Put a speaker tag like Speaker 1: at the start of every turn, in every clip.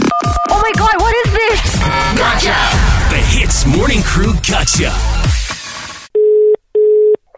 Speaker 1: Oh my god, what is this?
Speaker 2: The Hits Morning Crew Gotcha.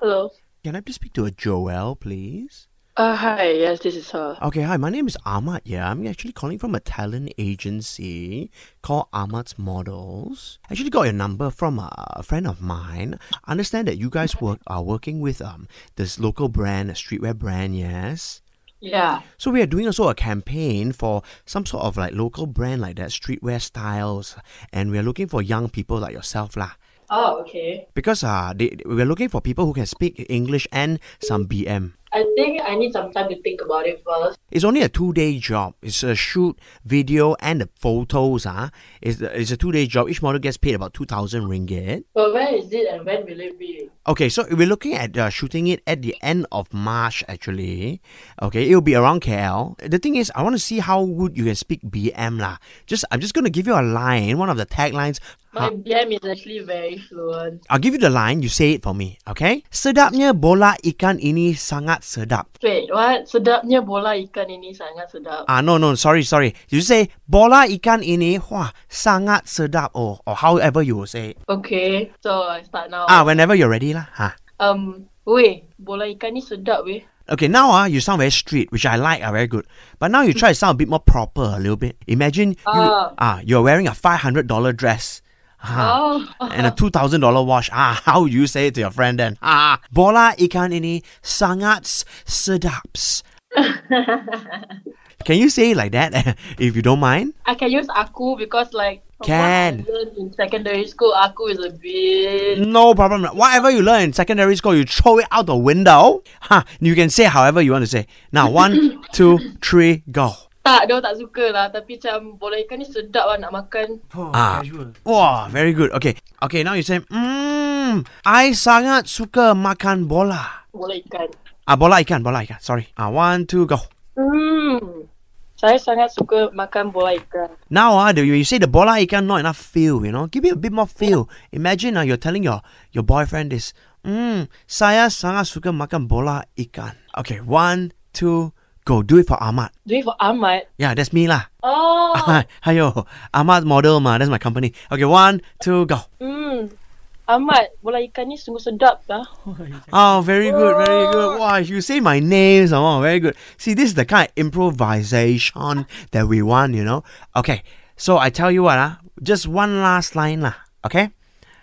Speaker 3: Hello.
Speaker 4: Can I please speak to a Joelle, please?
Speaker 3: Uh, hi. Yes, this is her.
Speaker 4: Okay, hi. My name is Ahmad. Yeah, I'm actually calling from a talent agency called Ahmad's Models. Actually, got your number from a, a friend of mine. I understand that you guys work are working with um this local brand, a streetwear brand. Yes.
Speaker 3: Yeah.
Speaker 4: So we are doing also a campaign for some sort of like local brand like that, streetwear styles, and we are looking for young people like yourself lah.
Speaker 3: Oh, okay.
Speaker 4: Because uh, they, we are looking for people who can speak English and some BM.
Speaker 3: I think I need some time to think about it first.
Speaker 4: It's only a two day job. It's a shoot, video, and the photos. Ah, it's, it's a two day job. Each model gets paid about 2,000 ringgit.
Speaker 3: But where is it and when will it be?
Speaker 4: Okay, so we're looking at uh, shooting it at the end of March, actually. Okay, it'll be around KL. The thing is, I want to see how good you can speak BM. lah. Just, I'm just going to give you a line, one of the taglines.
Speaker 3: My BM is actually very fluent.
Speaker 4: I'll give you the line, you say it for me, okay? Sedapnya bola ikan ini sangat sedap.
Speaker 3: Wait, what? Sedapnya bola ikan ini sangat sedap.
Speaker 4: Ah, no, no, sorry, sorry. You say bola ikan ini wah sangat sedap, Oh, or or however you will say. it.
Speaker 3: Okay, so I start now.
Speaker 4: Ah, whenever you're ready lah. Huh.
Speaker 3: Um, weh, bola ikan ni sedap weh.
Speaker 4: Okay, now ah, you sound very street, which I like, ah, very good. But now you try to sound a bit more proper, a little bit. Imagine you,
Speaker 3: Ah.
Speaker 4: ah, you're wearing a five hundred dollar dress. Ah,
Speaker 3: Oh,
Speaker 4: and a two thousand dollar watch. Ah, how would you say it to your friend then? Ah, bola ikan ini sangat sedaps. Can you say it like that if you don't mind?
Speaker 3: I can use aku because like from
Speaker 4: Can.
Speaker 3: what I learned in secondary school, aku is a bit.
Speaker 4: No problem. Whatever you learn in secondary school, you throw it out the window. Ha! You can say however you want to say. Now, one, two, three, go.
Speaker 3: Tak, dia orang tak suka lah. Tapi macam bola ikan ni sedap lah nak makan.
Speaker 4: Ah, wow, very good. Okay, okay. Now you say, mmm, I sangat suka makan bola.
Speaker 3: Bola ikan.
Speaker 4: Ah, bola ikan, bola ikan. Sorry. Ah, one, two, go.
Speaker 3: Hmm. Saya sangat suka makan bola ikan.
Speaker 4: Now, ah, the, you say the bola ikan not enough feel. You know, give it a bit more feel. Imagine, ah, you're telling your your boyfriend this. Mmm, saya sangat suka makan bola ikan. Okay, one, two, go. Do it for Ahmad.
Speaker 3: Do it for Ahmad.
Speaker 4: Yeah, that's me lah.
Speaker 3: Oh.
Speaker 4: Hiyo, Ahmad Model ma. That's my company. Okay, one, two, go.
Speaker 3: Hmm. Ahmad, bola ikan ni sungguh sedap lah.
Speaker 4: Oh, very good, very good. Wow, you say my name, oh, very good. See, this is the kind of improvisation that we want, you know. Okay, so I tell you what, ah, just one last line lah. Okay,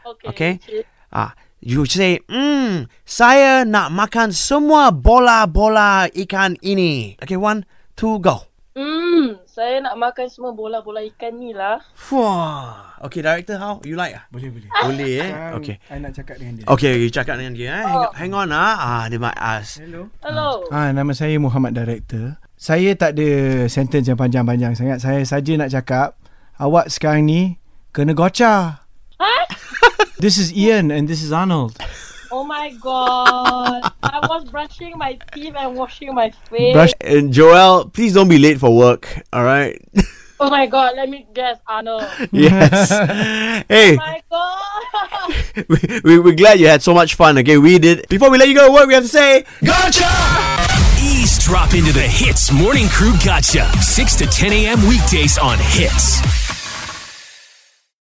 Speaker 3: Okay.
Speaker 4: okay. Ah, you say, hmm, saya nak makan semua bola bola ikan ini. Okay, one, two, go.
Speaker 3: Hmm. Saya nak makan semua bola-bola ikan ni lah.
Speaker 4: Wah. Okay, director, how you like? ah?
Speaker 5: Boleh boleh.
Speaker 4: Boleh eh.
Speaker 5: Sekarang
Speaker 4: Okay.
Speaker 5: I nak cakap dengan dia.
Speaker 4: Okay, you cakap dengan dia. Eh? Hang, hang on ah. Ah, dia might ask.
Speaker 5: Hello.
Speaker 3: Hello.
Speaker 5: Ah nama saya Muhammad Director. Saya tak ada sentence yang panjang-panjang sangat. Saya saja nak cakap awak sekarang ni kena gocah. Ah.
Speaker 3: Huh?
Speaker 5: This is Ian and this is Arnold.
Speaker 3: Oh my god. I was brushing my teeth and washing my face.
Speaker 5: Brush-
Speaker 4: And Eh, Joel, please don't be late for work. All right.
Speaker 3: Oh my god, let me guess, Arnold.
Speaker 4: yes.
Speaker 3: Oh
Speaker 4: hey,
Speaker 3: my god.
Speaker 4: we, we, we're glad you had so much fun. Okay, we did. Before we let you go to work, we have to say.
Speaker 2: Eavesdrop into the Hits Morning Crew Gotcha. 6 to 10 a.m. weekdays on Hits.